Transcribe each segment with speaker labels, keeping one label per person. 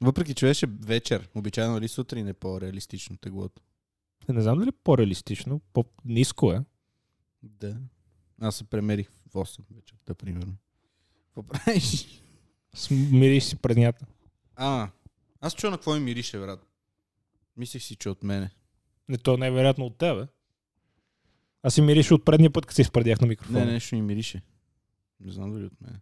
Speaker 1: Въпреки, че беше вечер. Обичайно ли сутрин е по-реалистично теглото?
Speaker 2: Не знам дали е по-реалистично, по-низко е.
Speaker 1: Да. Аз се премерих в 8 вечерта, примерно. Какво правиш?
Speaker 2: Мириш си преднята.
Speaker 1: А, аз чуя на какво ми мирише, брат. Мислех си, че от мене.
Speaker 2: Не, то не е вероятно от тебе. Аз си мириш от предния път, като се изпредях на микрофона.
Speaker 1: Не, нещо ми мирише. Не знам дали от мене.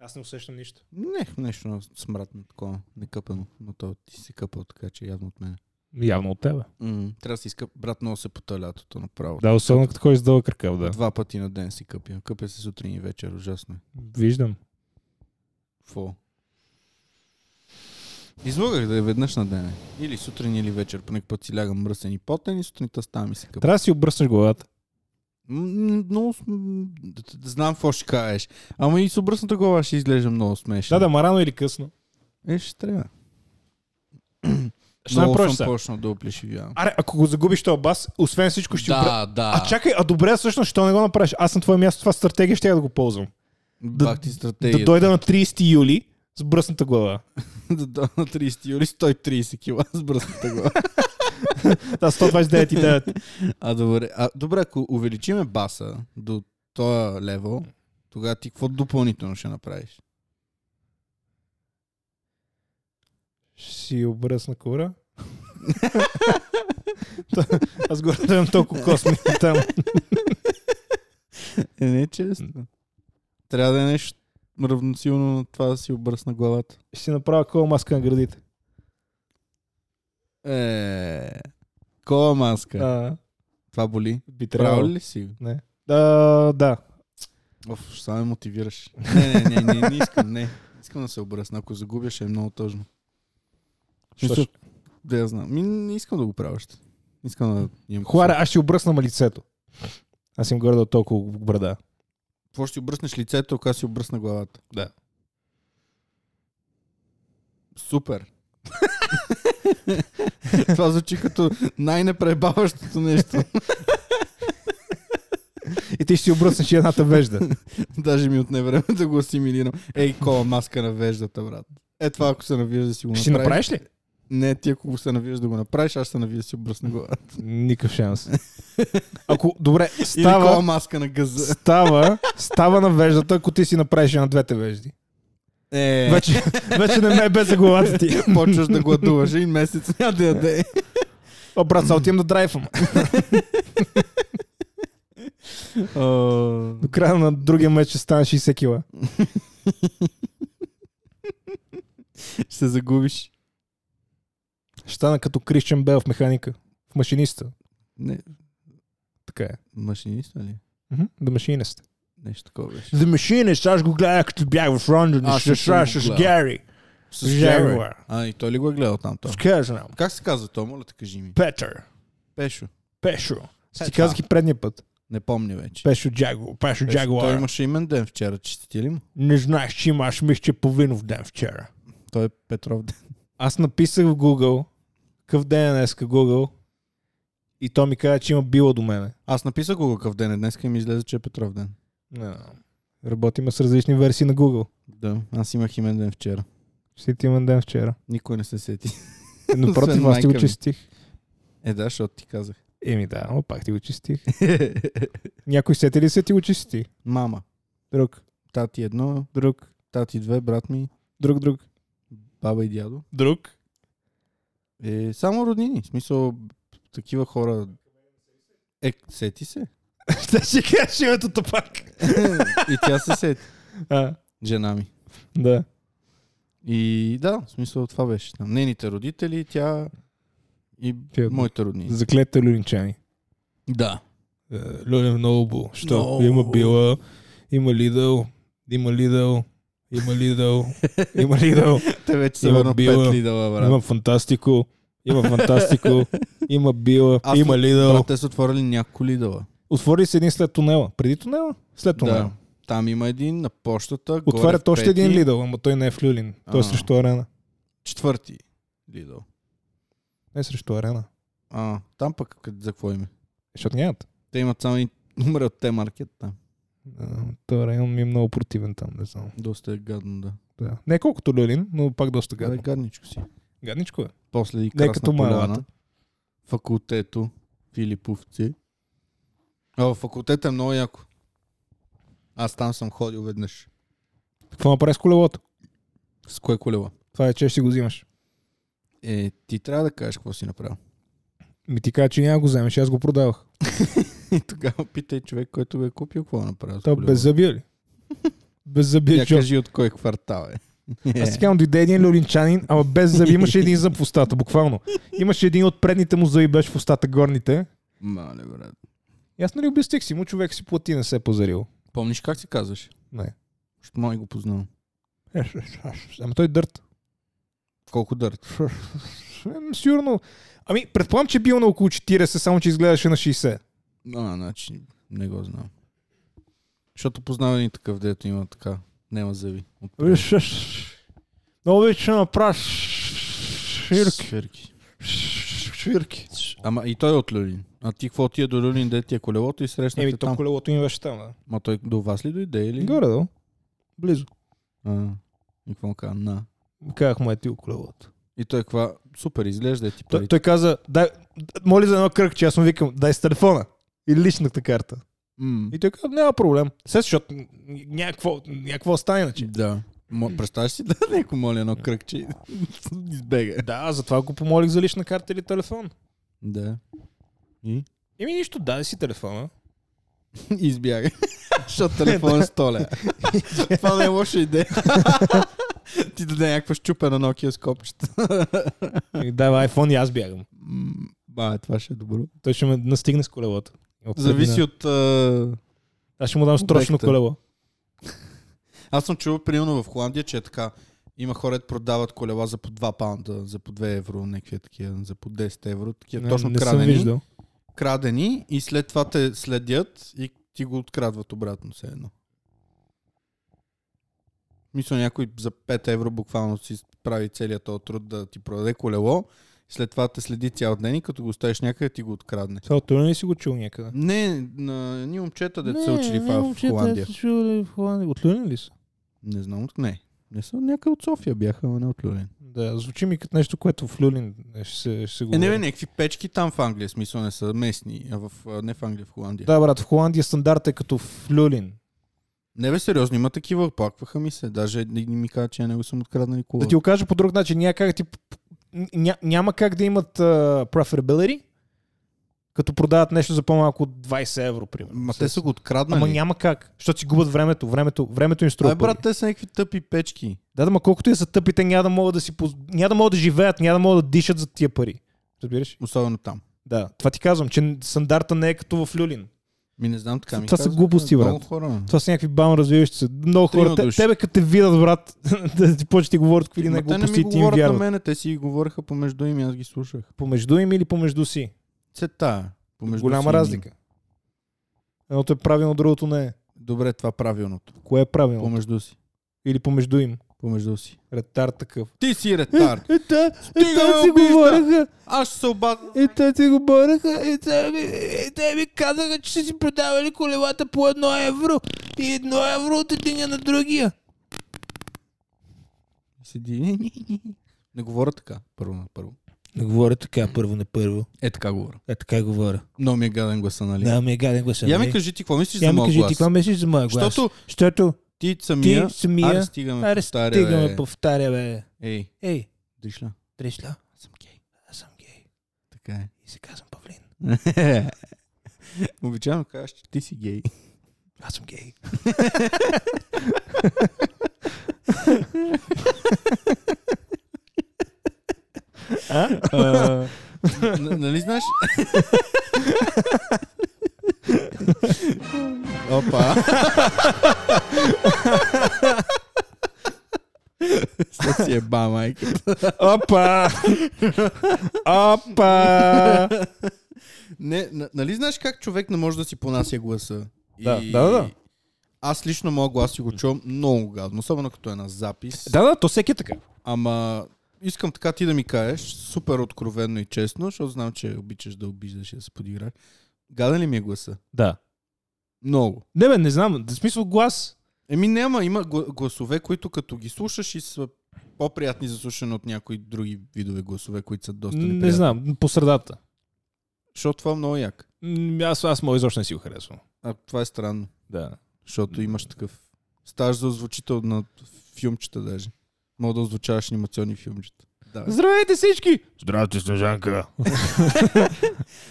Speaker 2: Аз не усещам нищо.
Speaker 1: Не, нещо на смратно такова, некъпено. Но то ти се къпал, така че явно от мене.
Speaker 2: Явно от тебе.
Speaker 1: М, трябва да се изкъп. Брат, много се пота лятото направо.
Speaker 2: Да, особено като ходиш с дълъг кракъл, да.
Speaker 1: Два пъти на ден си къпя. Къпя се сутрин и вечер, ужасно е.
Speaker 2: Виждам.
Speaker 1: Фо. Излагах да е веднъж на ден. Или сутрин, или вечер. По някакъв път си лягам мръсен и потен и сутринта ставам и се къпя.
Speaker 2: Трябва да си обръснеш главата.
Speaker 1: М, Много... см- д- д- Знам какво ще кажеш. Ама и с обръсната глава ще изглежда много смешно.
Speaker 2: Да, да, ма рано или късно.
Speaker 1: Е, ще трябва.
Speaker 2: Ще направиш
Speaker 1: съм
Speaker 2: сега?
Speaker 1: почнал да оплешивявам.
Speaker 2: Аре, ако го загубиш този бас, освен всичко ще
Speaker 1: Да,
Speaker 2: опра-
Speaker 1: да.
Speaker 2: А чакай, а добре, всъщност, що не го направиш? Аз на твое място това стратегия ще я да го ползвам.
Speaker 1: Бах ти
Speaker 2: Да
Speaker 1: стратегия.
Speaker 2: дойда на 30 юли с бръсната глава.
Speaker 1: Да дойда на 30 юли 130 кила с бръсната глава.
Speaker 2: Да, 129,9.
Speaker 1: А добре, а, добре, ако увеличиме баса до този левел, тогава ти какво допълнително ще направиш?
Speaker 2: Ще си обръсна кора. Та- Аз го гледам толкова косми там.
Speaker 1: Е, не честно. Трябва да е нещо равносилно на това да си обръсна главата.
Speaker 2: Ще си направя кола маска на градите.
Speaker 1: Е, кола маска.
Speaker 2: А,
Speaker 1: Това боли.
Speaker 2: би
Speaker 1: Правил
Speaker 2: трябвало.
Speaker 1: ли си? го?
Speaker 2: Да, да.
Speaker 1: Оф, ще ме мотивираш. Не, не, не, не, не искам, не. Искам да се обръсна. Ако загубя, ще е много тъжно.
Speaker 2: Що
Speaker 1: Мисля,
Speaker 2: ще-
Speaker 1: Да, я знам. Ми, не искам да го правя още. Искам да имам...
Speaker 2: Хуаре, аз ще обръсна ма лицето. Аз им горда от толкова брада.
Speaker 1: Какво ще си обръснеш лицето, ако аз си обръсна главата?
Speaker 2: Да.
Speaker 1: Супер. Това звучи като най-непребаващото нещо.
Speaker 2: И ти ще си обръснеш и едната вежда.
Speaker 1: Даже ми отне време да го асимилирам. Ей, кола маска на веждата, брат. Е, това ако се навиеш да си го
Speaker 2: ще си направиш ли?
Speaker 1: Не, ти ако се навиеш да го направиш, аз се навия да си обръсна главата.
Speaker 2: Никакъв шанс. Ако, добре,
Speaker 1: Или кола
Speaker 2: става,
Speaker 1: маска на газа.
Speaker 2: става, става на веждата, ако ти си направиш и на двете вежди.
Speaker 1: Е, Вече
Speaker 2: Вече, вече не ме е без за главата ти.
Speaker 1: почваш да гладуваш и месец няма да яде.
Speaker 2: О, брат, сега отивам да драйвам. До края на другия меч ще стана 60 кила.
Speaker 1: Ще се загубиш.
Speaker 2: Ще стана като Кришчен Бел в механика. В машиниста.
Speaker 1: Не,
Speaker 2: Така е.
Speaker 1: машинист ли?
Speaker 2: Мгм, The Machinist.
Speaker 1: Нещо такова беше.
Speaker 2: The Machinist, аз го гледах като бях в Лондон.
Speaker 1: Аз
Speaker 2: Ще
Speaker 1: също го
Speaker 2: сра с
Speaker 1: гледах.
Speaker 2: Гери.
Speaker 1: С
Speaker 2: Jaguar.
Speaker 1: Jaguar. А, и той ли го е гледал там то?
Speaker 2: С къде знам?
Speaker 1: Как се казва то, моля те кажи ми?
Speaker 2: Петър.
Speaker 1: Пешо.
Speaker 2: Пешо. Аз Ти
Speaker 1: Петър.
Speaker 2: казах и предния път.
Speaker 1: Не помня вече.
Speaker 2: Пешо Джаго. Пешо
Speaker 1: Пешо. Той
Speaker 2: Джагуар.
Speaker 1: имаше имен ден вчера, честити ли му?
Speaker 2: Не знаеш, че има, аз мисля, че е половинов ден вчера.
Speaker 1: Той е Петров ден.
Speaker 2: Аз написах в Google, какъв ден е днес Google, и то ми каза, че има било до мене.
Speaker 1: Аз написах го какъв ден е днес и ми излезе, че е Петров ден.
Speaker 2: Работиме с различни версии на Google.
Speaker 1: Да, аз имах имен ден вчера.
Speaker 2: Всеки има ден вчера.
Speaker 1: Никой не се сети.
Speaker 2: Е, Напротив,
Speaker 1: Освен
Speaker 2: аз ти го
Speaker 1: майка ми.
Speaker 2: честих.
Speaker 1: Е, да, защото ти казах.
Speaker 2: Еми да, но пак ти го честих. Някой сети ли се ти го чести?
Speaker 1: Мама,
Speaker 2: Друг,
Speaker 1: тати едно,
Speaker 2: друг,
Speaker 1: тати две, брат ми,
Speaker 2: друг, друг.
Speaker 1: баба и дядо.
Speaker 2: Друг?
Speaker 1: Е, само роднини. В смисъл, такива хора... Е, сети се.
Speaker 2: Ще ще кажеш името пак.
Speaker 1: и тя се сети.
Speaker 2: А,
Speaker 1: Жена ми.
Speaker 2: да.
Speaker 1: И да, в смисъл това беше. Там Нейните родители, тя и
Speaker 2: Тя-
Speaker 1: моите роднини.
Speaker 2: Заклета люлинчани.
Speaker 1: Да.
Speaker 2: Е, Люлин Ноубо. Що?
Speaker 1: Много.
Speaker 2: Има била, има Лидъл, има Лидъл, има Лидъл, има Лидъл.
Speaker 1: Те вече са
Speaker 2: Има
Speaker 1: върна
Speaker 2: била,
Speaker 1: пет лидала, брат.
Speaker 2: Има Фантастико, има Фантастико, има Била,
Speaker 1: Аз-
Speaker 2: има Лидъл.
Speaker 1: брат, те са отворили няколко лидала.
Speaker 2: Отвори се един след тунела. Преди тунела? След тунела.
Speaker 1: Да. Там има един на почтата. горе
Speaker 2: Отварят
Speaker 1: в
Speaker 2: още
Speaker 1: пети,
Speaker 2: един Лидъл, ама той не е в Люлин. Той е
Speaker 1: А.
Speaker 2: срещу арена.
Speaker 1: Четвърти лидал.
Speaker 2: Не е срещу арена.
Speaker 1: А, там пък къде- за какво име?
Speaker 2: Защото нямат.
Speaker 1: Те имат само един номер от те маркет там.
Speaker 2: Той район ми е много противен там, не знам.
Speaker 1: Доста е гадно, да.
Speaker 2: Да. Не колкото люлин, но пак доста
Speaker 1: Гадно.
Speaker 2: гадно.
Speaker 1: гадничко си.
Speaker 2: Гадничко е.
Speaker 1: После и
Speaker 2: Не
Speaker 1: Красна
Speaker 2: като
Speaker 1: поляна.
Speaker 2: Майлата.
Speaker 1: Факултето. Филиповци. А, факултетът е много яко. Аз там съм ходил веднъж.
Speaker 2: Какво направи с колелото?
Speaker 1: С кое колело?
Speaker 2: Това е, че ще си го взимаш.
Speaker 1: Е, ти трябва да кажеш какво си направил.
Speaker 2: Ми ти каза, че няма го вземеш, аз го продавах.
Speaker 1: И тогава питай човек, който го е купил, какво е направил. с
Speaker 2: Той е
Speaker 1: колело.
Speaker 2: без зъбия ли? Без зъбия
Speaker 1: Я
Speaker 2: чо.
Speaker 1: кажи от кой квартал е.
Speaker 2: Аз ти казвам, дойде един люлинчанин, ама без зъби имаше един зъб в устата, буквално. Имаше един от предните му зъби беше в устата, горните.
Speaker 1: Мале, брат.
Speaker 2: И аз нали обясних си му, човек си плати, не се е позарил.
Speaker 1: Помниш как се казваш?
Speaker 2: Не.
Speaker 1: Защото май го познавам.
Speaker 2: Ама той е дърт.
Speaker 1: Колко дърт?
Speaker 2: Ем, Сигурно. Ами, предполагам, че е бил на около 40, само че изгледаше на 60.
Speaker 1: А, значи не го знам. Защото познавам един такъв, дето има така. Нема зъби. Отпред.
Speaker 2: Много вече направиш
Speaker 1: Свирки.
Speaker 2: Ширки.
Speaker 1: Ама и той е от Люлин. А ти какво ти е до Люлин, де ти е колелото и срещнахте
Speaker 2: Еми, то
Speaker 1: там?
Speaker 2: колелото им беше там, да.
Speaker 1: Ма той до вас ли дойде или?
Speaker 2: Горе, да. Близо.
Speaker 1: А, и какво му каза? На.
Speaker 2: Казах му е ти колелото.
Speaker 1: И той каква? Супер, изглежда е ти
Speaker 2: Той,
Speaker 1: парите.
Speaker 2: той каза, дай, моли за едно кръгче, аз му викам, дай с телефона. И личната карта.
Speaker 1: М,
Speaker 2: И той каза, няма проблем. Се, защото някакво, някакво остане значи. иначе.
Speaker 1: Да. Мо, представяш си да някой моля едно кръгче и избега.
Speaker 2: Да, затова го помолих за лична карта или телефон.
Speaker 1: Да. И?
Speaker 2: Еми нищо, дай си телефона.
Speaker 1: Избяга. Защото телефон е столя. Това не е лоша идея. ти даде някаква щупена Nokia с копчета.
Speaker 2: И давай Е, iPhone и аз бягам.
Speaker 1: М, Ба, това ще е добро.
Speaker 2: Той ще ме настигне с колелото. От
Speaker 1: Зависи
Speaker 2: предина.
Speaker 1: от... а,
Speaker 2: Аз ще му дам строчно
Speaker 1: обекта.
Speaker 2: колело.
Speaker 1: Аз съм чувал, примерно в Холандия, че е така. Има хора, които продават колела за по 2 паунда, за по 2 евро, някакви такива, за по 10 евро. Такива,
Speaker 2: Не,
Speaker 1: е точно
Speaker 2: не съм
Speaker 1: крадени,
Speaker 2: виждал.
Speaker 1: крадени и след това те следят и ти го открадват обратно все едно. Мисля, някой за 5 евро буквално си прави целият този труд да ти продаде колело, след това те следи цял ден и като го оставиш някъде ти го открадне.
Speaker 2: Сега от не си го чул някъде.
Speaker 1: Не, на ни момчета, деца са учили в, в Холандия.
Speaker 2: От Люлин ли са?
Speaker 1: Не знам, от- не. Не са някъде от София бяха, а не от Люлин.
Speaker 2: Да, звучи ми като нещо, което в Люлин е, ще се, ще се
Speaker 1: Е,
Speaker 2: говори.
Speaker 1: не, не, някакви печки там в Англия, смисъл не са местни, а в, а, не в Англия, в Холандия. Да.
Speaker 2: Да, брат, в Холандия стандарт е като в Люлин.
Speaker 1: Не бе, сериозно, има такива, оплакваха ми се. Даже не не ми каза, че я не го съм откраднали кола.
Speaker 2: Да ти го кажа по друг начин. Няма как, ти, ня, няма как да имат uh, preferability, като продават нещо за по-малко от 20 евро, примерно.
Speaker 1: Ма те са го откраднали.
Speaker 2: Ама няма как, защото си губят времето. Времето, времето им струва.
Speaker 1: Абе, брат,
Speaker 2: пари.
Speaker 1: те са някакви тъпи печки.
Speaker 2: Да, да, ма колкото и са тъпи, те няма да могат да си поз... няма да могат да живеят, няма да могат да дишат за тия пари. Разбираш?
Speaker 1: Особено там.
Speaker 2: Да, това ти казвам, че стандарта не е като в Люлин.
Speaker 1: Ми не знам така ми
Speaker 2: Това са
Speaker 1: казаха.
Speaker 2: глупости, брат.
Speaker 1: Много хора.
Speaker 2: Това са някакви бам развиващи се. Много
Speaker 1: Трима
Speaker 2: хора. Те,
Speaker 1: души.
Speaker 2: тебе като те видят, брат, да ти почне ти говорят какви
Speaker 1: Ма
Speaker 2: не
Speaker 1: те не ми
Speaker 2: глупости и ти им
Speaker 1: говорят на
Speaker 2: вярват.
Speaker 1: мене, те си говореха помежду им и аз ги слушах.
Speaker 2: Помежду им или помежду си?
Speaker 1: Цета. Помежду си
Speaker 2: Голяма
Speaker 1: им.
Speaker 2: разлика. Едното е правилно, другото не е.
Speaker 1: Добре, това правилното.
Speaker 2: Кое е правилно?
Speaker 1: Помежду си.
Speaker 2: Или помежду им.
Speaker 1: Помежду си.
Speaker 2: Ретар такъв.
Speaker 1: Ти си ретард.
Speaker 2: Е, та, е,
Speaker 1: Стига ме обижда. Аз ще се обад...
Speaker 2: е, те ти говореха, е, те, ми, е, те ми казаха, че са си продавали колелата по едно евро. И едно евро от единия на другия.
Speaker 1: Седи. Не говоря така. Първо на първо.
Speaker 2: Не говоря така, първо, не първо.
Speaker 1: Е, така говоря.
Speaker 2: Е, така говоря.
Speaker 1: Много ми е гаден гласа, нали?
Speaker 2: Да, ми е гаден гласа.
Speaker 1: Я ми
Speaker 2: нали?
Speaker 1: кажи ти, какво мислиш
Speaker 2: Я
Speaker 1: за
Speaker 2: ми
Speaker 1: моя
Speaker 2: кажи,
Speaker 1: глас?
Speaker 2: ти какво мислиш за моя глас?
Speaker 1: Защото
Speaker 2: Защото
Speaker 1: ти
Speaker 2: ти
Speaker 1: самия... Аре,
Speaker 2: самия...
Speaker 1: стигаме,
Speaker 2: Аре,
Speaker 1: повтаря,
Speaker 2: стигаме,
Speaker 1: бе.
Speaker 2: повтаря, бе.
Speaker 1: Ей,
Speaker 2: Ей,
Speaker 1: дишла.
Speaker 2: Тришля,
Speaker 1: Аз съм гей.
Speaker 2: аз съм гей
Speaker 1: Така е.
Speaker 2: и се казвам Павлин.
Speaker 1: Обичайно казваш, че ти си гей.
Speaker 2: Аз съм гей. А?
Speaker 1: Н- Нали знаеш? Опа. Сега си е ба, майка.
Speaker 2: Опа! Опа!
Speaker 1: Не, н- нали знаеш как човек не може да си понася гласа?
Speaker 2: Да, да, да, да.
Speaker 1: Аз лично моя глас си го чувам много гадно, особено като е на запис.
Speaker 2: Да, да, то всеки е така.
Speaker 1: Ама искам така ти да ми кажеш, супер откровенно и честно, защото знам, че обичаш да обиждаш и да се подиграш. Гаден ли ми е гласа?
Speaker 2: Да.
Speaker 1: Много.
Speaker 2: Не, бе, не знам. В смисъл глас.
Speaker 1: Еми няма, има гла- гласове, които като ги слушаш и са по-приятни за слушане от някои други видове гласове, които са доста неприятни.
Speaker 2: Не знам, по средата.
Speaker 1: Защото това е много як.
Speaker 2: М, Аз, аз мога изобщо не си го харесвам.
Speaker 1: А това е странно,
Speaker 2: Да.
Speaker 1: защото имаш такъв стаж за озвучител на филмчета даже. Мога да озвучаваш анимационни филмчета. Да.
Speaker 2: Здравейте всички!
Speaker 3: Здравейте, Снежанка.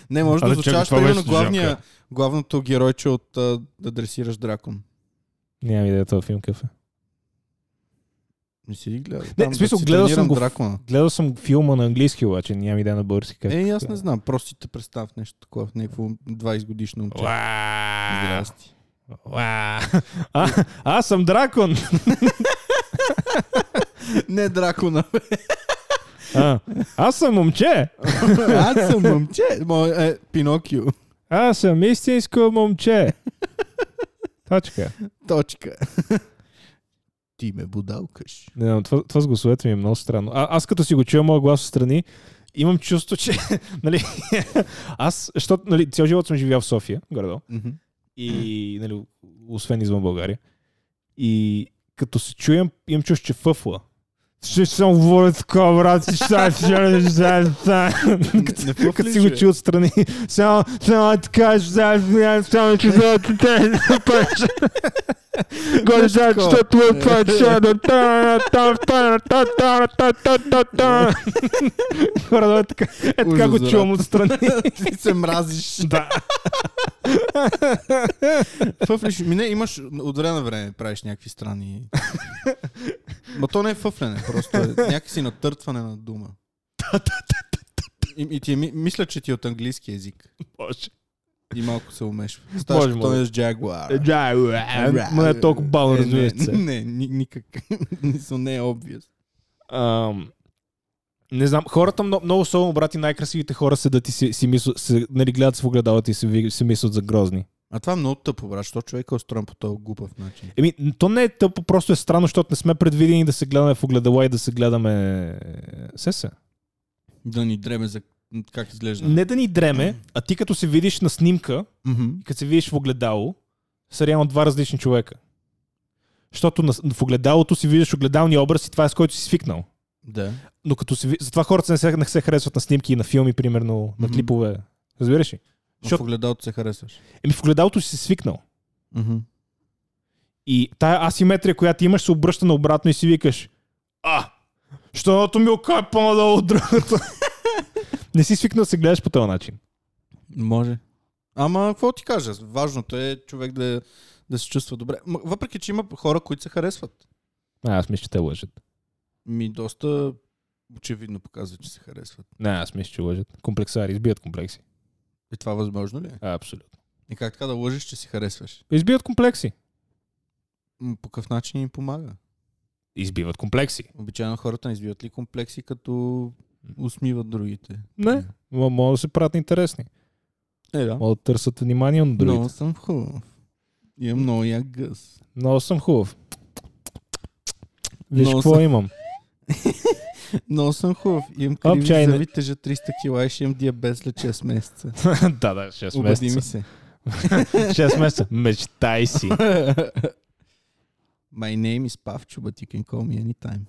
Speaker 1: Не, може да
Speaker 3: Абе, чакай,
Speaker 1: озвучаваш
Speaker 3: това беше
Speaker 1: примерно главния,
Speaker 3: Жужанка.
Speaker 1: главното геройче от а, да дресираш дракон.
Speaker 2: Нямам идея този филм кафе.
Speaker 1: Не си ли гледал?
Speaker 2: Не,
Speaker 1: Там
Speaker 2: в смисъл,
Speaker 1: да си
Speaker 2: гледал
Speaker 1: тренирам
Speaker 2: съм го в-
Speaker 1: Дракона.
Speaker 2: Гледал съм филма на английски, обаче нямам идея на български как.
Speaker 1: Е, аз не знам, просто си те представ нещо такова, някакво 20 годишно момче.
Speaker 2: Уа!
Speaker 1: Здрасти.
Speaker 2: Уа! А, аз съм дракон!
Speaker 1: Не дракона. бе.
Speaker 2: А, аз съм момче!
Speaker 1: Аз съм момче. Мой е Пинокио.
Speaker 2: Аз съм истинско момче! Точка.
Speaker 1: Точка. Ти ме будалкаш.
Speaker 2: Не, знам, това, това с гласовете ми е много странно. А, аз като си го чуя моя глас отстрани, имам чувство, че... нали, аз, защото нали, цял живот съм живял в София, гордо,
Speaker 1: Мгм.
Speaker 2: и нали, освен извън България. И като се чуем, имам чувство, че фъфла. Ще съм говоря така, брат, ще ще- ще- ще- ще-
Speaker 1: Не- не пъф
Speaker 2: като
Speaker 1: ли
Speaker 2: си го
Speaker 1: ще?
Speaker 2: чу отстрани. Само, само така, ще- ще- само че за те пъше. Горе за
Speaker 1: такова.
Speaker 2: че това пъше. да та- та- та- та- та- та- та- та- та. Горе да е така. Е така
Speaker 1: Ужас,
Speaker 2: го
Speaker 1: брат.
Speaker 2: чувам отстрани.
Speaker 1: Ти се мразиш.
Speaker 2: Да.
Speaker 1: Фъфлиш. Ми не, имаш от време на време правиш някакви странни... Ма то не е фъфлене, просто е някакси натъртване на дума. И, и ти, е ми, мисля, че ти е от английски язик.
Speaker 2: Боже.
Speaker 1: И малко се умешва.
Speaker 2: Може,
Speaker 1: Ставаш като
Speaker 2: може.
Speaker 1: е с Jaguar.
Speaker 2: Да,
Speaker 1: Ра-
Speaker 2: ма не е толкова бавно,
Speaker 1: Е, не,
Speaker 2: разбира се.
Speaker 1: Не, ни- никак. Мисъл, не е obvious.
Speaker 2: Ам, Не знам, хората много, много особено, брати, най-красивите хора седат и си, си мислят, се, нали, гледат с огледалата и си, ви- си мислят за грозни.
Speaker 1: А това е много тъпо, брат, защото човек е устроен по този глупав начин.
Speaker 2: Еми, то не е тъпо, просто е странно, защото не сме предвидени да се гледаме в огледала и да се гледаме... е, Се се.
Speaker 1: Да ни дреме за как изглежда.
Speaker 2: Не да ни дреме, а ти като се видиш на снимка,
Speaker 1: Мгм.
Speaker 2: и като се видиш в огледало, са реално два различни човека. Защото на, в огледалото си виждаш огледалния образ и това е с който си свикнал.
Speaker 1: Да.
Speaker 2: Но като се, ви- затова хората не се, не се харесват на снимки и на филми, примерно, на
Speaker 1: Мгм.
Speaker 2: клипове. Разбираш ли?
Speaker 1: Защото...
Speaker 2: Защото-
Speaker 1: В огледалото се харесваш.
Speaker 2: Еми в огледалото си си свикнал.
Speaker 1: Мгм.
Speaker 2: И тая асиметрия, която имаш, се обръща наобратно и си викаш А! Що едното ми око е по-надолу от другото? не си свикнал да се гледаш по този начин.
Speaker 1: Може. Ама, какво ти кажа? Важното е човек да, да се чувства добре. М- Въпреки, че има хора, които се харесват.
Speaker 2: А, аз мисля, че те лъжат.
Speaker 1: Ми доста очевидно показва, че се харесват.
Speaker 2: Не, аз мисля, че лъжат. Комплексари, избият комплекси.
Speaker 1: И това възможно ли е?
Speaker 2: А, абсолютно.
Speaker 1: И как така да лъжиш, че се харесваш?
Speaker 2: Избият комплекси.
Speaker 1: М, По какъв начин им помага?
Speaker 2: Избиват комплекси.
Speaker 1: Обичайно хората не избиват ли комплекси, като усмиват другите?
Speaker 2: Не. М- Могат да се правят интересни.
Speaker 1: Е, да.
Speaker 2: Могат да търсят внимание на другите.
Speaker 1: Много съм хубав. Имам много як гъс.
Speaker 2: Много съм хубав. Виж
Speaker 1: Много
Speaker 2: какво
Speaker 1: съм-
Speaker 2: имам.
Speaker 1: Много съм хубав. Имам криви
Speaker 2: чай, не-
Speaker 1: зъби, тежа 300 кила и ще имам диабет след 6 месеца.
Speaker 2: да, да, 6
Speaker 1: Обади ми
Speaker 2: месеца.
Speaker 1: се.
Speaker 2: 6 месеца. Мечтай си.
Speaker 1: My name is Pavcho, but you can call me anytime.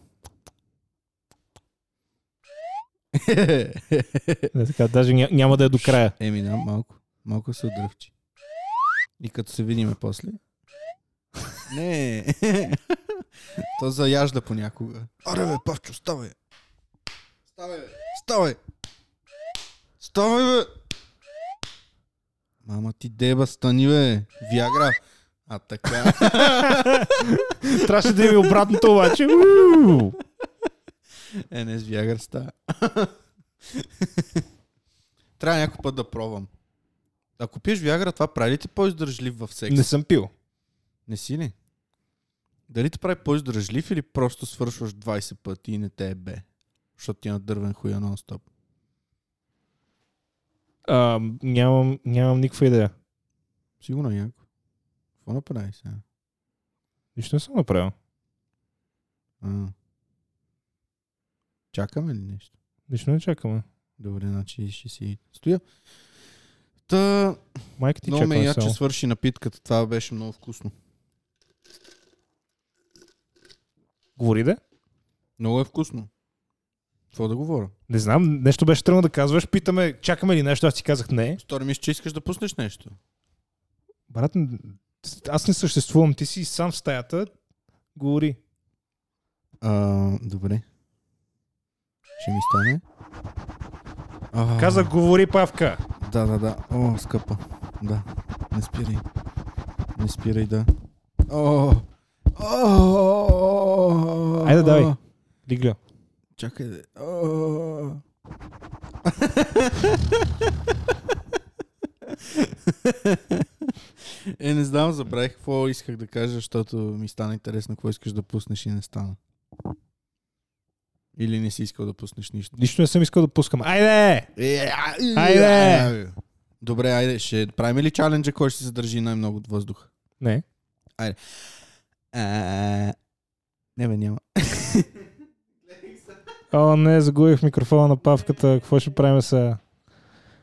Speaker 2: Не, така, даже ня- няма да е до края.
Speaker 1: Еми да, малко. Малко се отдръвчи. И като се видиме после. Не. То заяжда понякога. Аре бе, Павчо, ставай. Ставай бе. Ставай. Ставай бе. Мама ти деба, стани бе. Виагра. А така.
Speaker 2: Трябваше да има обратното обаче. Уу!
Speaker 1: Е, не с Виагър става. Трябва някой път да пробвам. Ако пиеш Виагра, това прави ли те по-издържлив в секса?
Speaker 2: Не съм пил.
Speaker 1: не си ли? Дали те прави по-издържлив или просто свършваш 20 пъти и не те е бе? Защото ти е на дървен хуя нон-стоп.
Speaker 2: А, нямам, нямам никаква идея.
Speaker 1: Сигурно яко. Какво направи сега?
Speaker 2: Нищо не съм направил.
Speaker 1: А. Чакаме ли нещо?
Speaker 2: Нищо не чакаме.
Speaker 1: Добре, значи ще си стоя. Та,
Speaker 2: Майка ти
Speaker 1: много ме
Speaker 2: чакаме
Speaker 1: я, че
Speaker 2: само.
Speaker 1: свърши напитката. Това беше много вкусно.
Speaker 2: Говори да.
Speaker 1: Много е вкусно. Какво да говоря?
Speaker 2: Не знам, нещо беше тръгнал да казваш. Питаме, чакаме ли нещо? Аз ти казах не.
Speaker 1: Стори ми, се, че искаш да пуснеш нещо.
Speaker 2: Брат, н- аз не съществувам. Ти си сам в стаята. Говори.
Speaker 1: А, добре. Ще ми стане. А,
Speaker 2: Казах, говори, Павка.
Speaker 1: Да, да, да. О, скъпа. Да. Не спирай. Не спирай, да. О, о,
Speaker 2: Айде, давай. Лигля.
Speaker 1: Чакай. да- О. Е, не знам, забравих какво исках да кажа, защото ми стана интересно какво искаш да пуснеш и не стана. Или не си искал да пуснеш нищо.
Speaker 2: Нищо не съм искал да пускам. Айде!
Speaker 1: Е, а, и,
Speaker 2: Айде!
Speaker 1: а, Добре, айде, ще правим ли чаленджа, кой ще се задържи най-много от въздуха?
Speaker 2: Не.
Speaker 1: А, не бе, няма.
Speaker 2: О, не, загубих микрофона на Павката. Какво ще правим сега?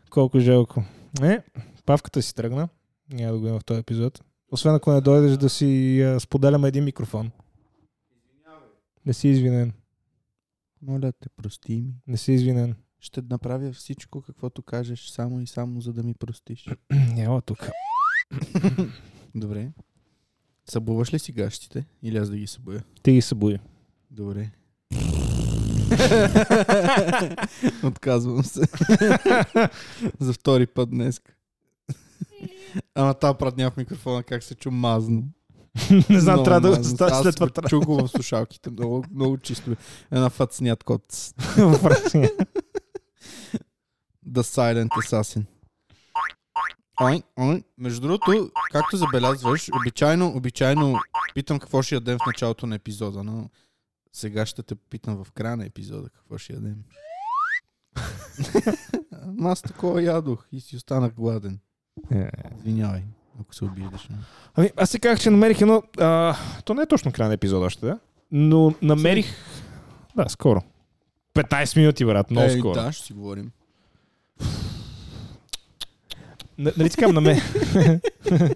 Speaker 2: Колко жалко. Не, Павката си тръгна. Няма да го има в този епизод. Освен ако не дойдеш да си а, споделяме един микрофон. Не си извинен.
Speaker 1: Моля те, прости ми.
Speaker 2: Не си извинен.
Speaker 1: Ще направя всичко, каквото кажеш, само и само, за да ми простиш.
Speaker 2: Няма тук.
Speaker 1: Добре. Събуваш ли си гащите? Или аз да ги събуя?
Speaker 2: Ти ги събуди.
Speaker 1: Добре. Отказвам се. За втори път днес. Ама тази прат няма в микрофона, как се чу мазно.
Speaker 2: не знам, трябва да го
Speaker 1: мазно.
Speaker 2: ста-
Speaker 1: Аз
Speaker 2: след това
Speaker 1: го чух го в слушалките, много, много чисто. Една фацнят кот.
Speaker 2: трябва. Връщане.
Speaker 1: The Silent Assassin. Ой, ой. Между другото, както забелязваш, обичайно, обичайно питам какво ще ядем в началото на епизода, но сега ще те питам в края на епизода какво ще ядем. Ама Аз такова ядох и си останах гладен.
Speaker 2: Е.
Speaker 1: Извинявай, ако се обидеш. но.
Speaker 2: Ами, аз си казах, че намерих едно... А, то не е точно край на епизода още, да? Но намерих... Да, скоро. 15 минути, брат, много
Speaker 1: Ей,
Speaker 2: скоро.
Speaker 1: Да, ще си говорим.
Speaker 2: Н- Нали ти казвам, намерих...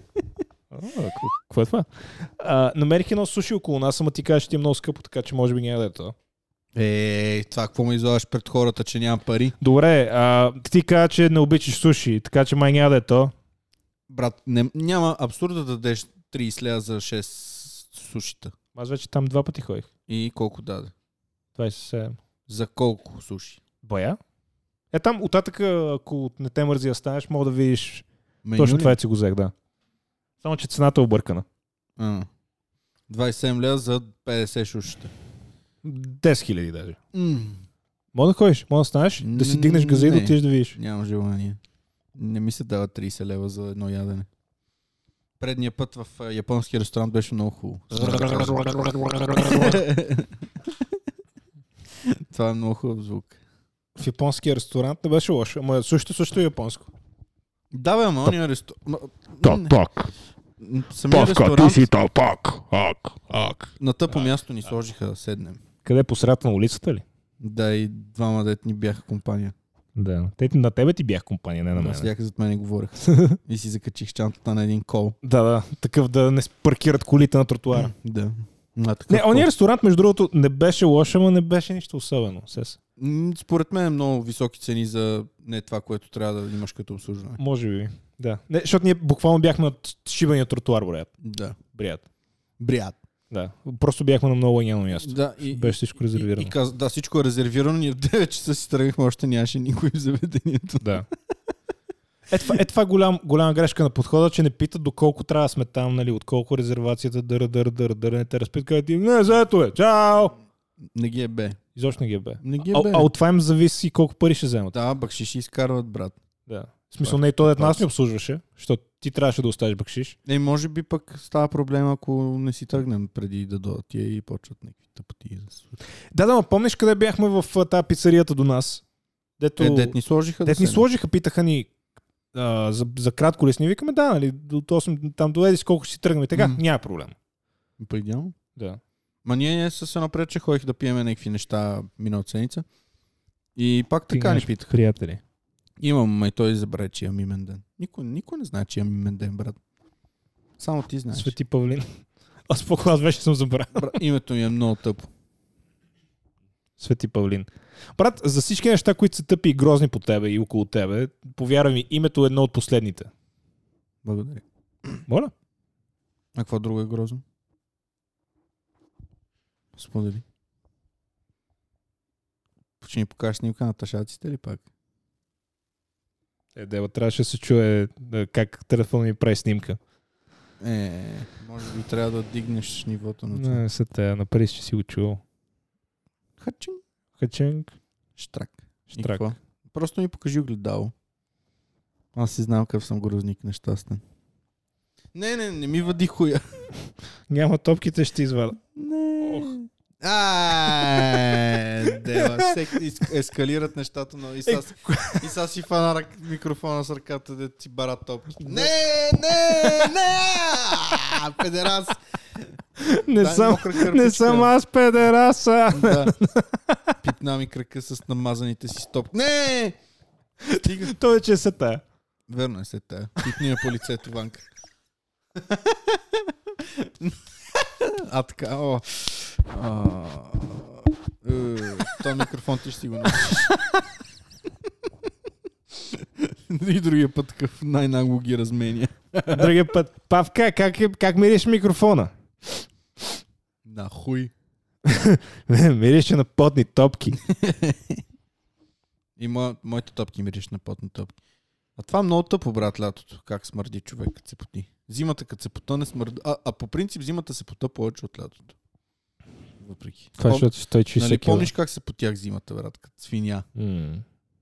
Speaker 2: Какво е това? А, намерих едно суши около нас, ама ти кажеш, че ти е много скъпо, така че може би няма да е това.
Speaker 1: Е, това какво ме излагаш пред хората, че нямам пари?
Speaker 2: Добре, а, ти каза, че не обичаш суши, така че май няма да е то.
Speaker 1: Брат, не, няма абсурд да дадеш 30 лева за 6 сушита.
Speaker 2: Аз вече там два пъти ходих.
Speaker 1: И колко даде?
Speaker 2: 27.
Speaker 1: За колко суши?
Speaker 2: Бая? Е там, оттатък, ако не те мързи да станеш, мога да видиш.
Speaker 1: Меню
Speaker 2: Точно
Speaker 1: ли?
Speaker 2: това е, че го взех, да. Само, че цената е объркана.
Speaker 1: А. 27 лева за 50 шушета.
Speaker 2: 10 хиляди даже.
Speaker 1: М,
Speaker 2: Мога да ходиш, мога да станеш, да си дигнеш газа и да
Speaker 1: Не.
Speaker 2: отидеш да видиш.
Speaker 1: Нямам желание. Не ми се дава 30 лева за едно ядене. Предния път в а, японски ресторант беше много хубаво. това е много хубав звук.
Speaker 2: В японския ресторант не беше лошо, ама също, също е японско.
Speaker 1: Да, бе, ама ония ресторант...
Speaker 3: Топак.
Speaker 2: е
Speaker 1: Самия
Speaker 3: Павка, ти
Speaker 1: ресторант
Speaker 3: си топак. Ак, ак.
Speaker 1: на тъпо място ни сложиха да седнем.
Speaker 2: Къде по средата на улицата ли?
Speaker 1: Да, и двама дет ни бяха компания.
Speaker 2: Да. Те, на тебе ти бях компания, не на мен.
Speaker 1: Седяха зад мен и говореха. и си закачих чантата на един кол.
Speaker 2: Да, да. Такъв да не паркират колите на тротуара.
Speaker 1: Да. На такъв
Speaker 2: не, ония ресторант, между другото, не беше лош, ама не беше нищо особено. Сес.
Speaker 1: М, Според мен е много високи цени за не това, което трябва да имаш като обслужване.
Speaker 2: Може би. Да. Не, защото ние буквално бяхме от шибания тротуар, брат.
Speaker 1: Да.
Speaker 2: Брият.
Speaker 1: Брят.
Speaker 2: Да. Просто бяхме на много лъняно място.
Speaker 1: Да, и,
Speaker 2: Беше всичко резервирано.
Speaker 1: И, и каз, да, всичко е резервирано. Ние в 9 часа си тръгнахме, още нямаше никой в заведението.
Speaker 2: Да. Е, това, е това голям, голяма грешка на подхода, че не питат доколко трябва да сме там, нали, отколко резервацията дър, дър, дър, дър, не те разпитат, казват им, не, заето е, чао!
Speaker 1: Не ги е бе.
Speaker 2: Изобщо не ги е бе.
Speaker 1: Не ги е
Speaker 2: А,
Speaker 1: бе.
Speaker 2: а от това им зависи колко пари ще вземат.
Speaker 1: Да, бакшиши изкарват, брат.
Speaker 2: Да. В смисъл не и той дет нас ни обслужваше, защото ти трябваше да оставиш бакшиш.
Speaker 1: Е, може би пък става проблем, ако не си тръгнем преди да дойдат тия и почват някакви тъпоти. да се случват.
Speaker 2: Да, да, ма помниш къде бяхме в а, тази пицарията до нас? Дето...
Speaker 1: Е, дет ни сложиха.
Speaker 2: Дет
Speaker 1: да
Speaker 2: ни
Speaker 1: се-
Speaker 2: сложиха, питаха ни а, за, за кратко ли си. Ние викаме, да, нали, до 8, там доведи с колко ще си тръгнем. И Така,
Speaker 1: Мгм.
Speaker 2: няма проблем.
Speaker 1: Па идеално.
Speaker 2: Да.
Speaker 1: Ма ние с едно прече ходих да пиеме някакви неща миналата седмица. И пак така ни
Speaker 2: Стигнеш
Speaker 1: питаха.
Speaker 2: Приятели.
Speaker 1: Имам, и той забравя, че имам
Speaker 2: Значи.
Speaker 1: имен ден. Никой, никой не знае, че имам имен ден, брат. Само ти знаеш.
Speaker 2: Свети Павлин. Аз по аз вече съм забравил.
Speaker 1: Бра, Името ми е много тъпо.
Speaker 2: Свети Павлин. Брат, за всички неща, които са тъпи и грозни по тебе и около тебе, повярвай ми, името е едно от последните.
Speaker 1: Благодаря.
Speaker 2: Моля?
Speaker 1: А какво друго е грозно? Сподели. Ще ни покажеш снимка на ташаците ли пак?
Speaker 2: Е, дева, трябваше да се чуе е, как телефон ми прави снимка.
Speaker 1: Е, може би трябва да дигнеш нивото на това.
Speaker 2: Не, се те, направи, че си го чувал.
Speaker 1: Хачин.
Speaker 2: Хаченг,
Speaker 1: Штрак. И
Speaker 2: штрак.
Speaker 1: какво? Просто ми покажи огледало. Аз си знам какъв съм грозник, нещастен. Не, не, не ми въди хуя.
Speaker 2: Няма топките, ще извада.
Speaker 1: Не. А, дева, всеки ес- ескалират нещата, но и сега и сега си фана рък, микрофона с ръката, да ти бара топки. Не, не, не! а, Педерас!
Speaker 2: Не
Speaker 1: Дай
Speaker 2: съм,
Speaker 1: мокра
Speaker 2: не
Speaker 1: кърпичка.
Speaker 2: съм аз педераса.
Speaker 1: Да. Пипна ми крака с намазаните си стопки. Не! Стига.
Speaker 2: Той че е са тая.
Speaker 1: Верно е след тая. Пипни я по лицето, Ванка. а така, о. А, е, този микрофон ти ще си го носиш. И другия път такъв най-нагло ги разменя.
Speaker 2: Другия път. Павка, как, е, как мириш микрофона?
Speaker 1: На хуй.
Speaker 2: Мирише на потни топки.
Speaker 1: И мо, моите топки мириш на потни топки. А това е много тъпо, брат, лятото. Как смърди човек, като се поти. Зимата, като се пота, не смърди. А, а по принцип зимата се пота повече от лятото. Въпреки.
Speaker 2: Това
Speaker 1: Пом-
Speaker 2: защото си той
Speaker 1: Нали,
Speaker 2: 60 кила.
Speaker 1: помниш как се потях зимата, брат, като свиня?
Speaker 2: М.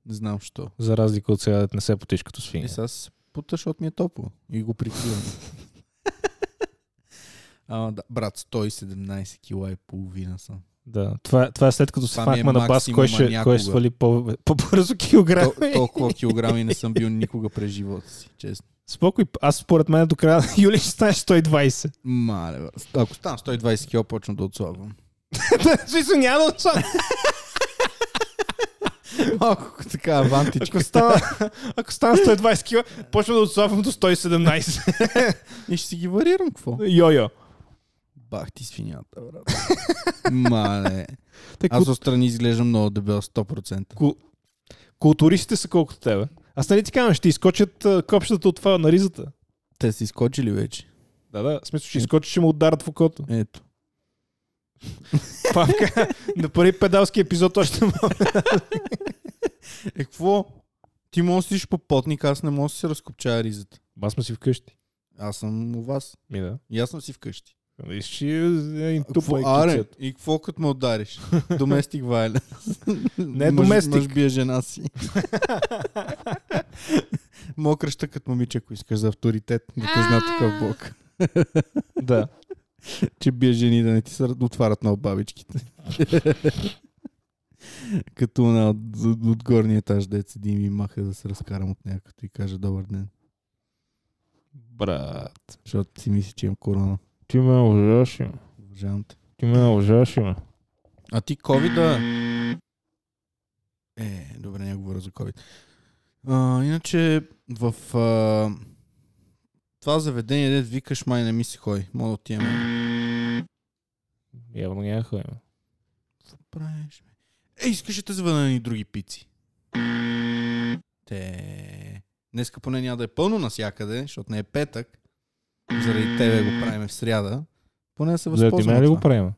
Speaker 1: Не знам що.
Speaker 2: За разлика от сега, да не се потиш като свиня.
Speaker 1: И сега се пута, защото ми е топло. И го прикривам. а, да, брат, 117 кила и половина съм.
Speaker 2: Да. Това, това е след като се
Speaker 1: Това ми е
Speaker 2: фахма на бас,
Speaker 1: максимума
Speaker 2: кой ще, кой
Speaker 1: някога.
Speaker 2: ще свали по, по-бързо килограми.
Speaker 1: Тол- толкова килограми не съм бил никога през живота си, честно.
Speaker 2: Спокой, аз според мен до края на юли ще станеш 120.
Speaker 1: Мале, брат. Ако стана 120 кила, почвам да отслабвам.
Speaker 2: В Смисъл няма да отслаб-
Speaker 1: Малко така авантичка.
Speaker 2: ако стана, ако стана 120 кила, почвам да отслабвам до 117.
Speaker 1: И ще си ги варирам, какво?
Speaker 2: Йо-йо.
Speaker 1: Бах ти свинята, брат. Мале.
Speaker 2: Те,
Speaker 1: Аз
Speaker 2: кул,
Speaker 1: отстрани изглеждам много дебел, 100%.
Speaker 2: кул, културистите са колкото тебе. Аз нали ти казвам, ще изкочат а, копчетата от това на ризата.
Speaker 1: Те са изкочили вече.
Speaker 2: Да, да, в смисъл, ще изкочат, ще му ударат в окото.
Speaker 1: Ето.
Speaker 2: Павка, на първи педалски епизод още
Speaker 1: Е, какво? Ти можеш да сидиш по потник, аз не мога да си разкопчая ризата.
Speaker 2: Аз сме си вкъщи.
Speaker 1: Аз съм у вас.
Speaker 2: Ми да.
Speaker 1: И аз съм си вкъщи.
Speaker 2: Виж, че е един
Speaker 1: А
Speaker 2: тупа
Speaker 1: какво,
Speaker 2: е
Speaker 1: аре,
Speaker 2: кицата.
Speaker 1: и какво като ме удариш? Доместик Вайле.
Speaker 2: Не е доместик.
Speaker 1: Мъж бие жена си. Мога кръща като момиче, ако искаш за авторитет, да те зна такъв бог.
Speaker 2: Да.
Speaker 1: Че бие жени, да не ти се отварят на бабичките. като на от, от, от горния етаж, дет седи и ми маха да се разкарам от нея, като и кажа добър ден.
Speaker 2: Брат.
Speaker 1: Защото си мисли, че имам корона.
Speaker 2: Ти ме лъжаш, ме.
Speaker 1: Уважавам те.
Speaker 2: Ти ме лъжаш, ме.
Speaker 1: А ти ковида... Е, добре, не говоря за ковид. А, иначе в а, това заведение, дед викаш, май не ми се ходи. Мога да отивам.
Speaker 2: Явно няма хай, ме.
Speaker 1: Какво правиш, бе? Е, искаш да те заведа на ни други пици. Те... Днеска поне няма да е пълно насякъде, защото не е петък. Заради тебе го правиме в сряда. Поне да се
Speaker 2: Заради
Speaker 1: възползваме.
Speaker 2: мен ли
Speaker 1: от
Speaker 2: го
Speaker 1: това.
Speaker 2: правим?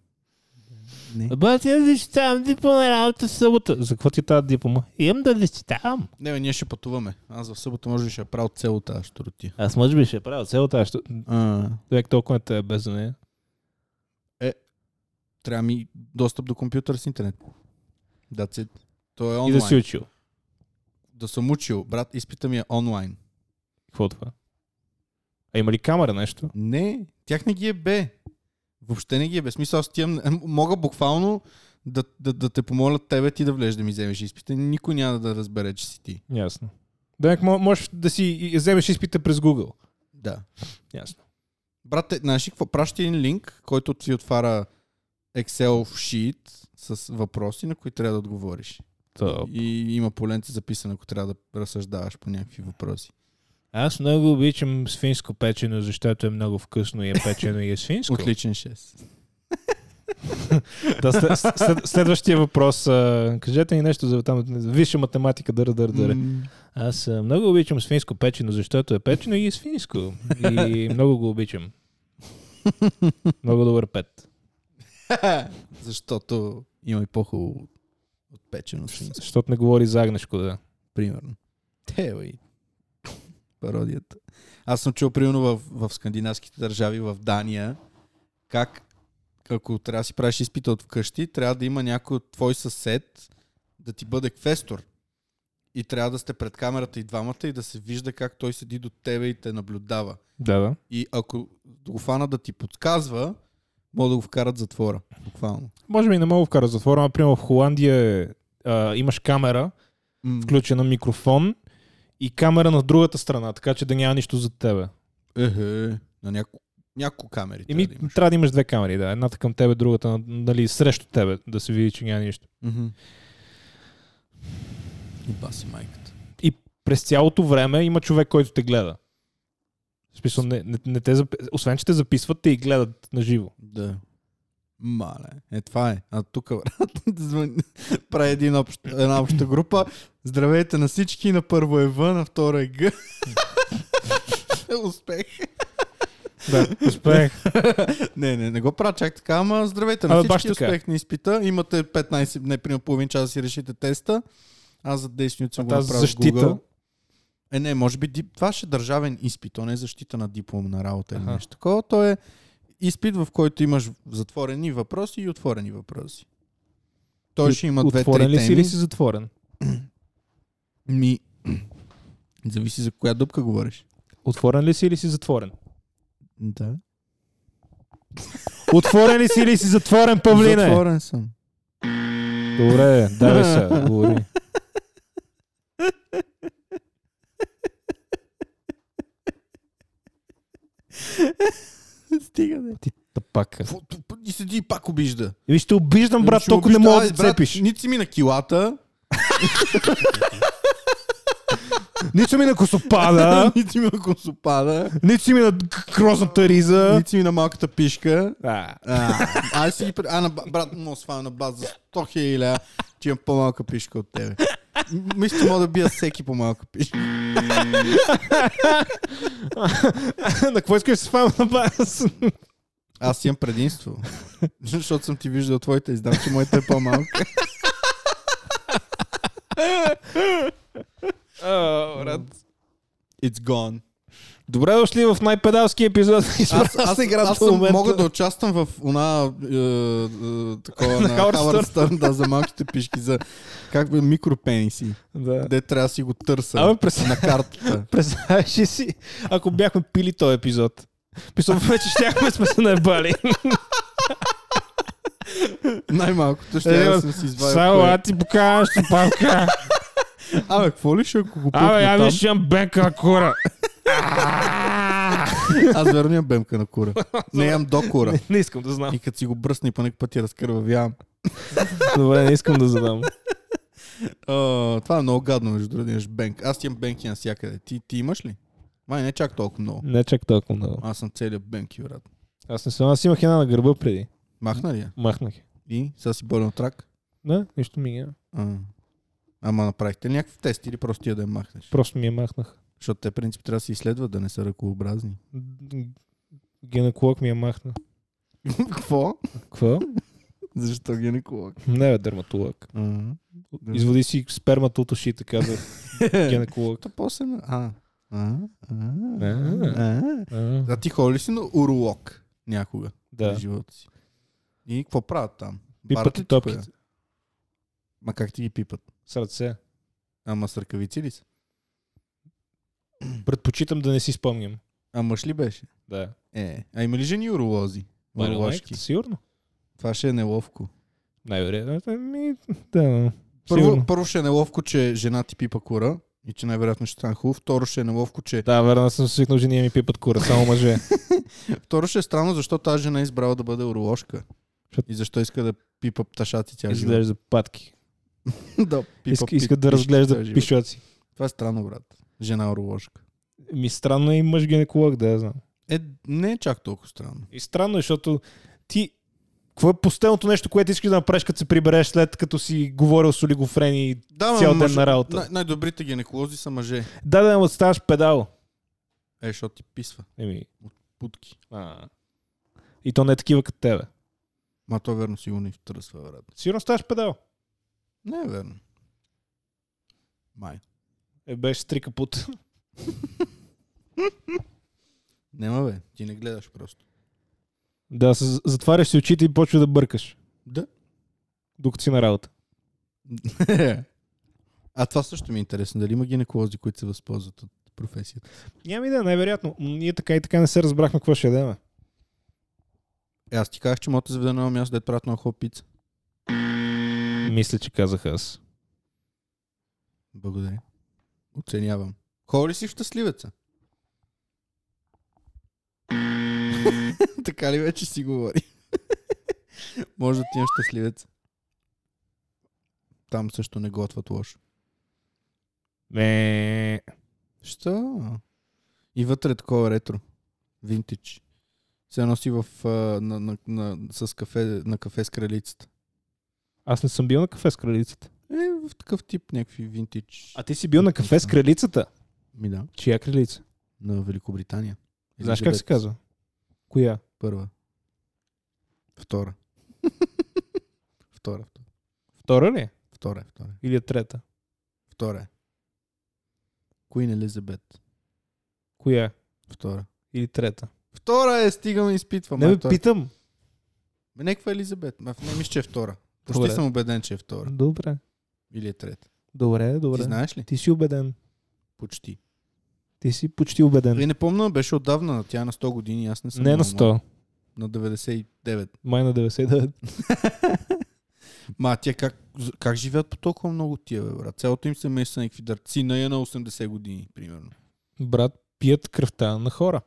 Speaker 1: Не.
Speaker 2: Бъд, я защитавам диплома работа в събота. За какво ти тази диплома? Имам да защитавам.
Speaker 1: Не, бе, ние ще пътуваме. Аз в събота може би ще я правя от цел тази щуротия.
Speaker 2: Аз може би ще я правя цялата тази. щу-
Speaker 1: А,
Speaker 2: Човек толкова не те е без за нея.
Speaker 1: трябва ми достъп до компютър с интернет. That's it. То е
Speaker 2: И
Speaker 1: онлайн.
Speaker 2: да си учил.
Speaker 1: да съм учил. Брат, изпита ми е онлайн.
Speaker 2: Какво е това? А има ли камера нещо?
Speaker 1: Не, тях не ги е бе. Въобще не ги е бе. В Смисъл, аз отивам, мога буквално да, да, да те помоля тебе ти да влезеш да ми вземеш изпита. Никой няма да разбере, че си ти.
Speaker 2: Ясно. Да, можеш да си и- и вземеш изпита през Google.
Speaker 1: Да.
Speaker 2: Ясно.
Speaker 1: Брат, те- знаеш ли какво? Праща един линк, който ти отваря Excel sheet с въпроси, на които трябва да отговориш.
Speaker 2: Топ.
Speaker 1: И има поленце записано, ако трябва да разсъждаваш по някакви въпроси.
Speaker 2: Аз много обичам свинско печено, защото е много вкусно и е печено и е свинско.
Speaker 1: Отличен 6.
Speaker 2: Да, след, след, следващия въпрос. А, кажете ни нещо за там. Висша математика, дър, дър, дър.
Speaker 1: М,
Speaker 2: Аз а, много обичам свинско печено, защото е печено и е свинско. И много го обичам. Много добър пет.
Speaker 1: Защото има и по-хубаво от печено свинско,
Speaker 2: Защото не говори за агнешко, да.
Speaker 1: примерно. Те, бе, и пародията. Аз съм чул, примерно, в, в скандинавските държави, в Дания, как ако трябва да си правиш изпита от вкъщи, трябва да има някой от твой съсед да ти бъде квестор. И трябва да сте пред камерата и двамата и да се вижда как той седи до тебе и те наблюдава.
Speaker 2: Да, да.
Speaker 1: И ако го фана да ти подсказва, могат да го вкарат в затвора. Буквално.
Speaker 2: Може би не мога да вкара в затвора. Например, в Холандия е, а, имаш камера,
Speaker 1: М,
Speaker 2: включена микрофон и камера на другата страна, така че да няма нищо за тебе.
Speaker 1: Ехе, на няколко, няколко камери.
Speaker 2: Еми,
Speaker 1: трябва да имаш.
Speaker 2: трябва да имаш две камери, да. Едната към тебе, другата, нали, срещу тебе, да се види, че няма нищо.
Speaker 1: Мгм. И баси майката.
Speaker 2: и през цялото време има човек, който те гледа. В смисъл, не, не, не те, зап- освен, че те записват, те и гледат на живо.
Speaker 1: Да. Мале, е това е. А тук, брат, звъни- прави един общ, една обща група. Здравейте на всички. На първо е В, на второ е Г. Успех.
Speaker 2: Да, успех.
Speaker 1: Не, не, не го правя чак така, ама здравейте
Speaker 2: Абе,
Speaker 1: на
Speaker 2: баш
Speaker 1: всички
Speaker 2: така.
Speaker 1: успех на изпита. Имате 15, не, примерно половин час да си решите теста. Аз за 10 минути съм го
Speaker 2: Тази
Speaker 1: направил в
Speaker 2: защита.
Speaker 1: Google. Е, не, може би дип... това ще е държавен изпит, то не е защита на дипломна работа или
Speaker 2: Аха.
Speaker 1: нещо такова. То е изпит, в който имаш затворени въпроси и отворени въпроси. Той
Speaker 2: И
Speaker 1: ще има
Speaker 2: Отворен
Speaker 1: две-три
Speaker 2: ли си
Speaker 1: теми.
Speaker 2: или си затворен?
Speaker 1: Ми... Зависи за коя дупка говориш.
Speaker 2: Отворен ли си или си затворен?
Speaker 1: Да.
Speaker 2: Отворен ли си или си затворен, Павлине?
Speaker 1: Затворен съм.
Speaker 2: Добре, давай сега, говори.
Speaker 1: Стига, да.
Speaker 2: Ти тъпака.
Speaker 1: И седи и пак обижда.
Speaker 2: И ще обиждам, брат,
Speaker 1: Ще
Speaker 2: толкова не
Speaker 1: обижда,
Speaker 2: мога
Speaker 1: ай,
Speaker 2: да
Speaker 1: брат,
Speaker 2: цепиш.
Speaker 1: Нито си ми на килата,
Speaker 2: Нито ми на косопада,
Speaker 1: нито си ми на косопада,
Speaker 2: нито си ми на грозната риза.
Speaker 1: нито си ми на малката пишка.
Speaker 2: А,
Speaker 1: А, аз си ги... пр- А, на, ба- брат, мога да сваля на база 100 хиляди, че имам по-малка пишка от тебе. М- Мисля, че мога да бия всеки по-малка пишка.
Speaker 2: На какво искаш да се фам на бас?
Speaker 1: Аз имам предимство. Защото съм ти виждал твоите и знам, че моята е по-малка. It's gone.
Speaker 2: Добре дошли в най-педалски епизод.
Speaker 1: Аз, аз,
Speaker 2: играта
Speaker 1: аз
Speaker 2: до
Speaker 1: съм,
Speaker 2: момента.
Speaker 1: мога да участвам в она е, е, такова на,
Speaker 2: На Howard
Speaker 1: Howard Stern, да, за малките пишки, за как бе, микропениси.
Speaker 2: Да.
Speaker 1: Де трябва да си го търся
Speaker 2: Абе, през...
Speaker 1: на картата.
Speaker 2: представяш ли си, ако бяхме пили този епизод? Писал, вече щяхме сме се наебали.
Speaker 1: Най-малкото ще
Speaker 2: Е,
Speaker 1: я да съм си извадил.
Speaker 2: Сало,
Speaker 1: кое.
Speaker 2: а ти покажа павка.
Speaker 1: Абе, какво ли ще ако го пукна
Speaker 2: Абе,
Speaker 1: там?
Speaker 2: я ще имам бенка на кора.
Speaker 1: Аз верно имам бемка на кура. Не имам до кура.
Speaker 2: Не искам да знам.
Speaker 1: И като си го бръсна и по някакъв път я разкървавявам.
Speaker 2: Добре, не искам да задам.
Speaker 1: А, това е много гадно, между другото, да имаш бенк. Аз имам бенки навсякъде. Ти, ти имаш ли? Май не чак толкова много.
Speaker 2: Не чак толкова много.
Speaker 1: Аз съм целият бенки, брат.
Speaker 2: Аз не съм. Аз имах една на гърба преди.
Speaker 1: Махна ли я?
Speaker 2: Махнах. я.
Speaker 1: И? Сега си болен от рак?
Speaker 2: Да, нищо ми няма.
Speaker 1: А. Ама направихте ли някакъв тест или просто я да я махнеш?
Speaker 2: Просто ми я махнах.
Speaker 1: Защото те, в принцип, трябва да се изследват, да не са ръкообразни.
Speaker 2: Гинеколог ми я махна.
Speaker 1: Какво?
Speaker 2: Какво?
Speaker 1: Защо гинеколог?
Speaker 2: Не, бе, дерматолог.
Speaker 1: Да.
Speaker 2: Изводи си спермата от ушите, каза гинеколог.
Speaker 1: То после... на- А. А. А.
Speaker 2: А,
Speaker 1: А.
Speaker 2: а,
Speaker 1: А ти ходи ли си на уролог някога да.
Speaker 2: Да.
Speaker 1: в живота си? И какво правят там?
Speaker 2: Пипат
Speaker 1: Барат ли
Speaker 2: и
Speaker 1: ти
Speaker 2: топките.
Speaker 1: пъя? Ма как ти ги пипат?
Speaker 2: С ръце.
Speaker 1: Ама с ръкавици ли са?
Speaker 2: Предпочитам да не си спомням.
Speaker 1: А мъж ли беше?
Speaker 2: Да.
Speaker 1: Е. А има ли жени уролози? Уролошки.
Speaker 2: Сигурно.
Speaker 1: Това ще е неловко.
Speaker 2: Най-вероятно. Ами, да.
Speaker 1: Първо,
Speaker 2: Първо,
Speaker 1: първо ще е неловко, че жена ти пипа кура и че най-вероятно ще стане хубаво. Второ ще е неловко, че...
Speaker 2: да, верно съм свикнал, че ние ми пипат кура, само мъже.
Speaker 1: Второ ще е странно, защо тази жена е избрала да бъде уролошка.
Speaker 2: Защото-
Speaker 1: И защо иска да пипа пташаци цял живот.
Speaker 2: Изглежда патки.
Speaker 1: да, пипа
Speaker 2: Иска,
Speaker 1: пи-
Speaker 2: иска да
Speaker 1: пишки цял
Speaker 2: разглежда
Speaker 1: живот.
Speaker 2: пишоци.
Speaker 1: Това е странно, брат. Жена уролошка.
Speaker 2: Ми странно е и мъж гинеколог, да я знам.
Speaker 1: Е, не е чак толкова странно.
Speaker 2: И странно, е, защото ти... Какво е последното нещо, което искаш да направиш, като се прибереш след като си говорил с олигофрени и
Speaker 1: Да, ма,
Speaker 2: цял ден
Speaker 1: мъж-
Speaker 2: на работа?
Speaker 1: Най- най-добрите гинеколози са мъже.
Speaker 2: Да, да, му ставаш педал.
Speaker 1: Е, защото ти писва.
Speaker 2: Еми,
Speaker 1: Путки.
Speaker 2: а. И то не е такива като тебе.
Speaker 1: Ма то верно сигурно и втръсва, вероятно.
Speaker 2: Сигурно ставаш педал.
Speaker 1: Не е верно. Май.
Speaker 2: Е, беше с три капут.
Speaker 1: Нема бе, ти не гледаш просто.
Speaker 2: да, с- затваряш си очите и почва да бъркаш,
Speaker 1: Да.
Speaker 2: докато си на работа.
Speaker 1: а това също ми е интересно. Дали има гинеколози, които се възползват от професията?
Speaker 2: Няма идея, най-вероятно. М, Ние така и така не се разбрахме какво ще ядем.
Speaker 1: Е, аз ти казах, че мога да заведа на едно място, да правят много хубава пица.
Speaker 2: Мисля, че казах аз.
Speaker 1: Благодаря. Оценявам. Хора ли си в щастливеца? така ли вече си говори? Може да ти имаш щастливец. Там също не готват лошо.
Speaker 2: Не.
Speaker 1: Що? И вътре е такова ретро. Винтич. Се носи в, а, на, на, на, с кафе, на кафе с кралицата.
Speaker 2: Аз не съм бил на кафе с кралицата.
Speaker 1: Е, в такъв тип някакви винтич.
Speaker 2: А ти си бил на кафе с кралицата?
Speaker 1: Ми да,
Speaker 2: Чия кралица?
Speaker 1: на Великобритания.
Speaker 2: Знаеш как
Speaker 1: Елизабет
Speaker 2: се казва? Коя?
Speaker 1: Първа. Втора. втора, втора.
Speaker 2: Втора ли? е?
Speaker 1: Втора, е, втора. е.
Speaker 2: Или е трета?
Speaker 1: Втора. е. Queen Елизабет.
Speaker 2: Коя? е?
Speaker 1: Втора.
Speaker 2: Или трета?
Speaker 1: Втора е, стигам и изпитвам.
Speaker 2: не
Speaker 1: ай,
Speaker 2: ме
Speaker 1: той- е.
Speaker 2: питам.
Speaker 1: Ме, Някаква Елизабет. Ма, не мисля, че е втора. Почти
Speaker 2: Добре.
Speaker 1: съм убеден, че е втора.
Speaker 2: Добре.
Speaker 1: Или е трета.
Speaker 2: Добре, добре.
Speaker 1: Ти знаеш ли?
Speaker 2: Ти си убеден.
Speaker 1: Почти.
Speaker 2: Ти си почти убеден.
Speaker 1: И не помня, беше отдавна. Тя е на 100 години, аз не съм.
Speaker 2: Не на
Speaker 1: много
Speaker 2: 100.
Speaker 1: млад. На 99.
Speaker 2: Май на 99.
Speaker 1: Ма, тя как, как живеят по толкова много тия, бе, брат? Цялото им семейство са някакви дърци. Сина е на 80 години, примерно.
Speaker 2: Брат, пият кръвта на хора.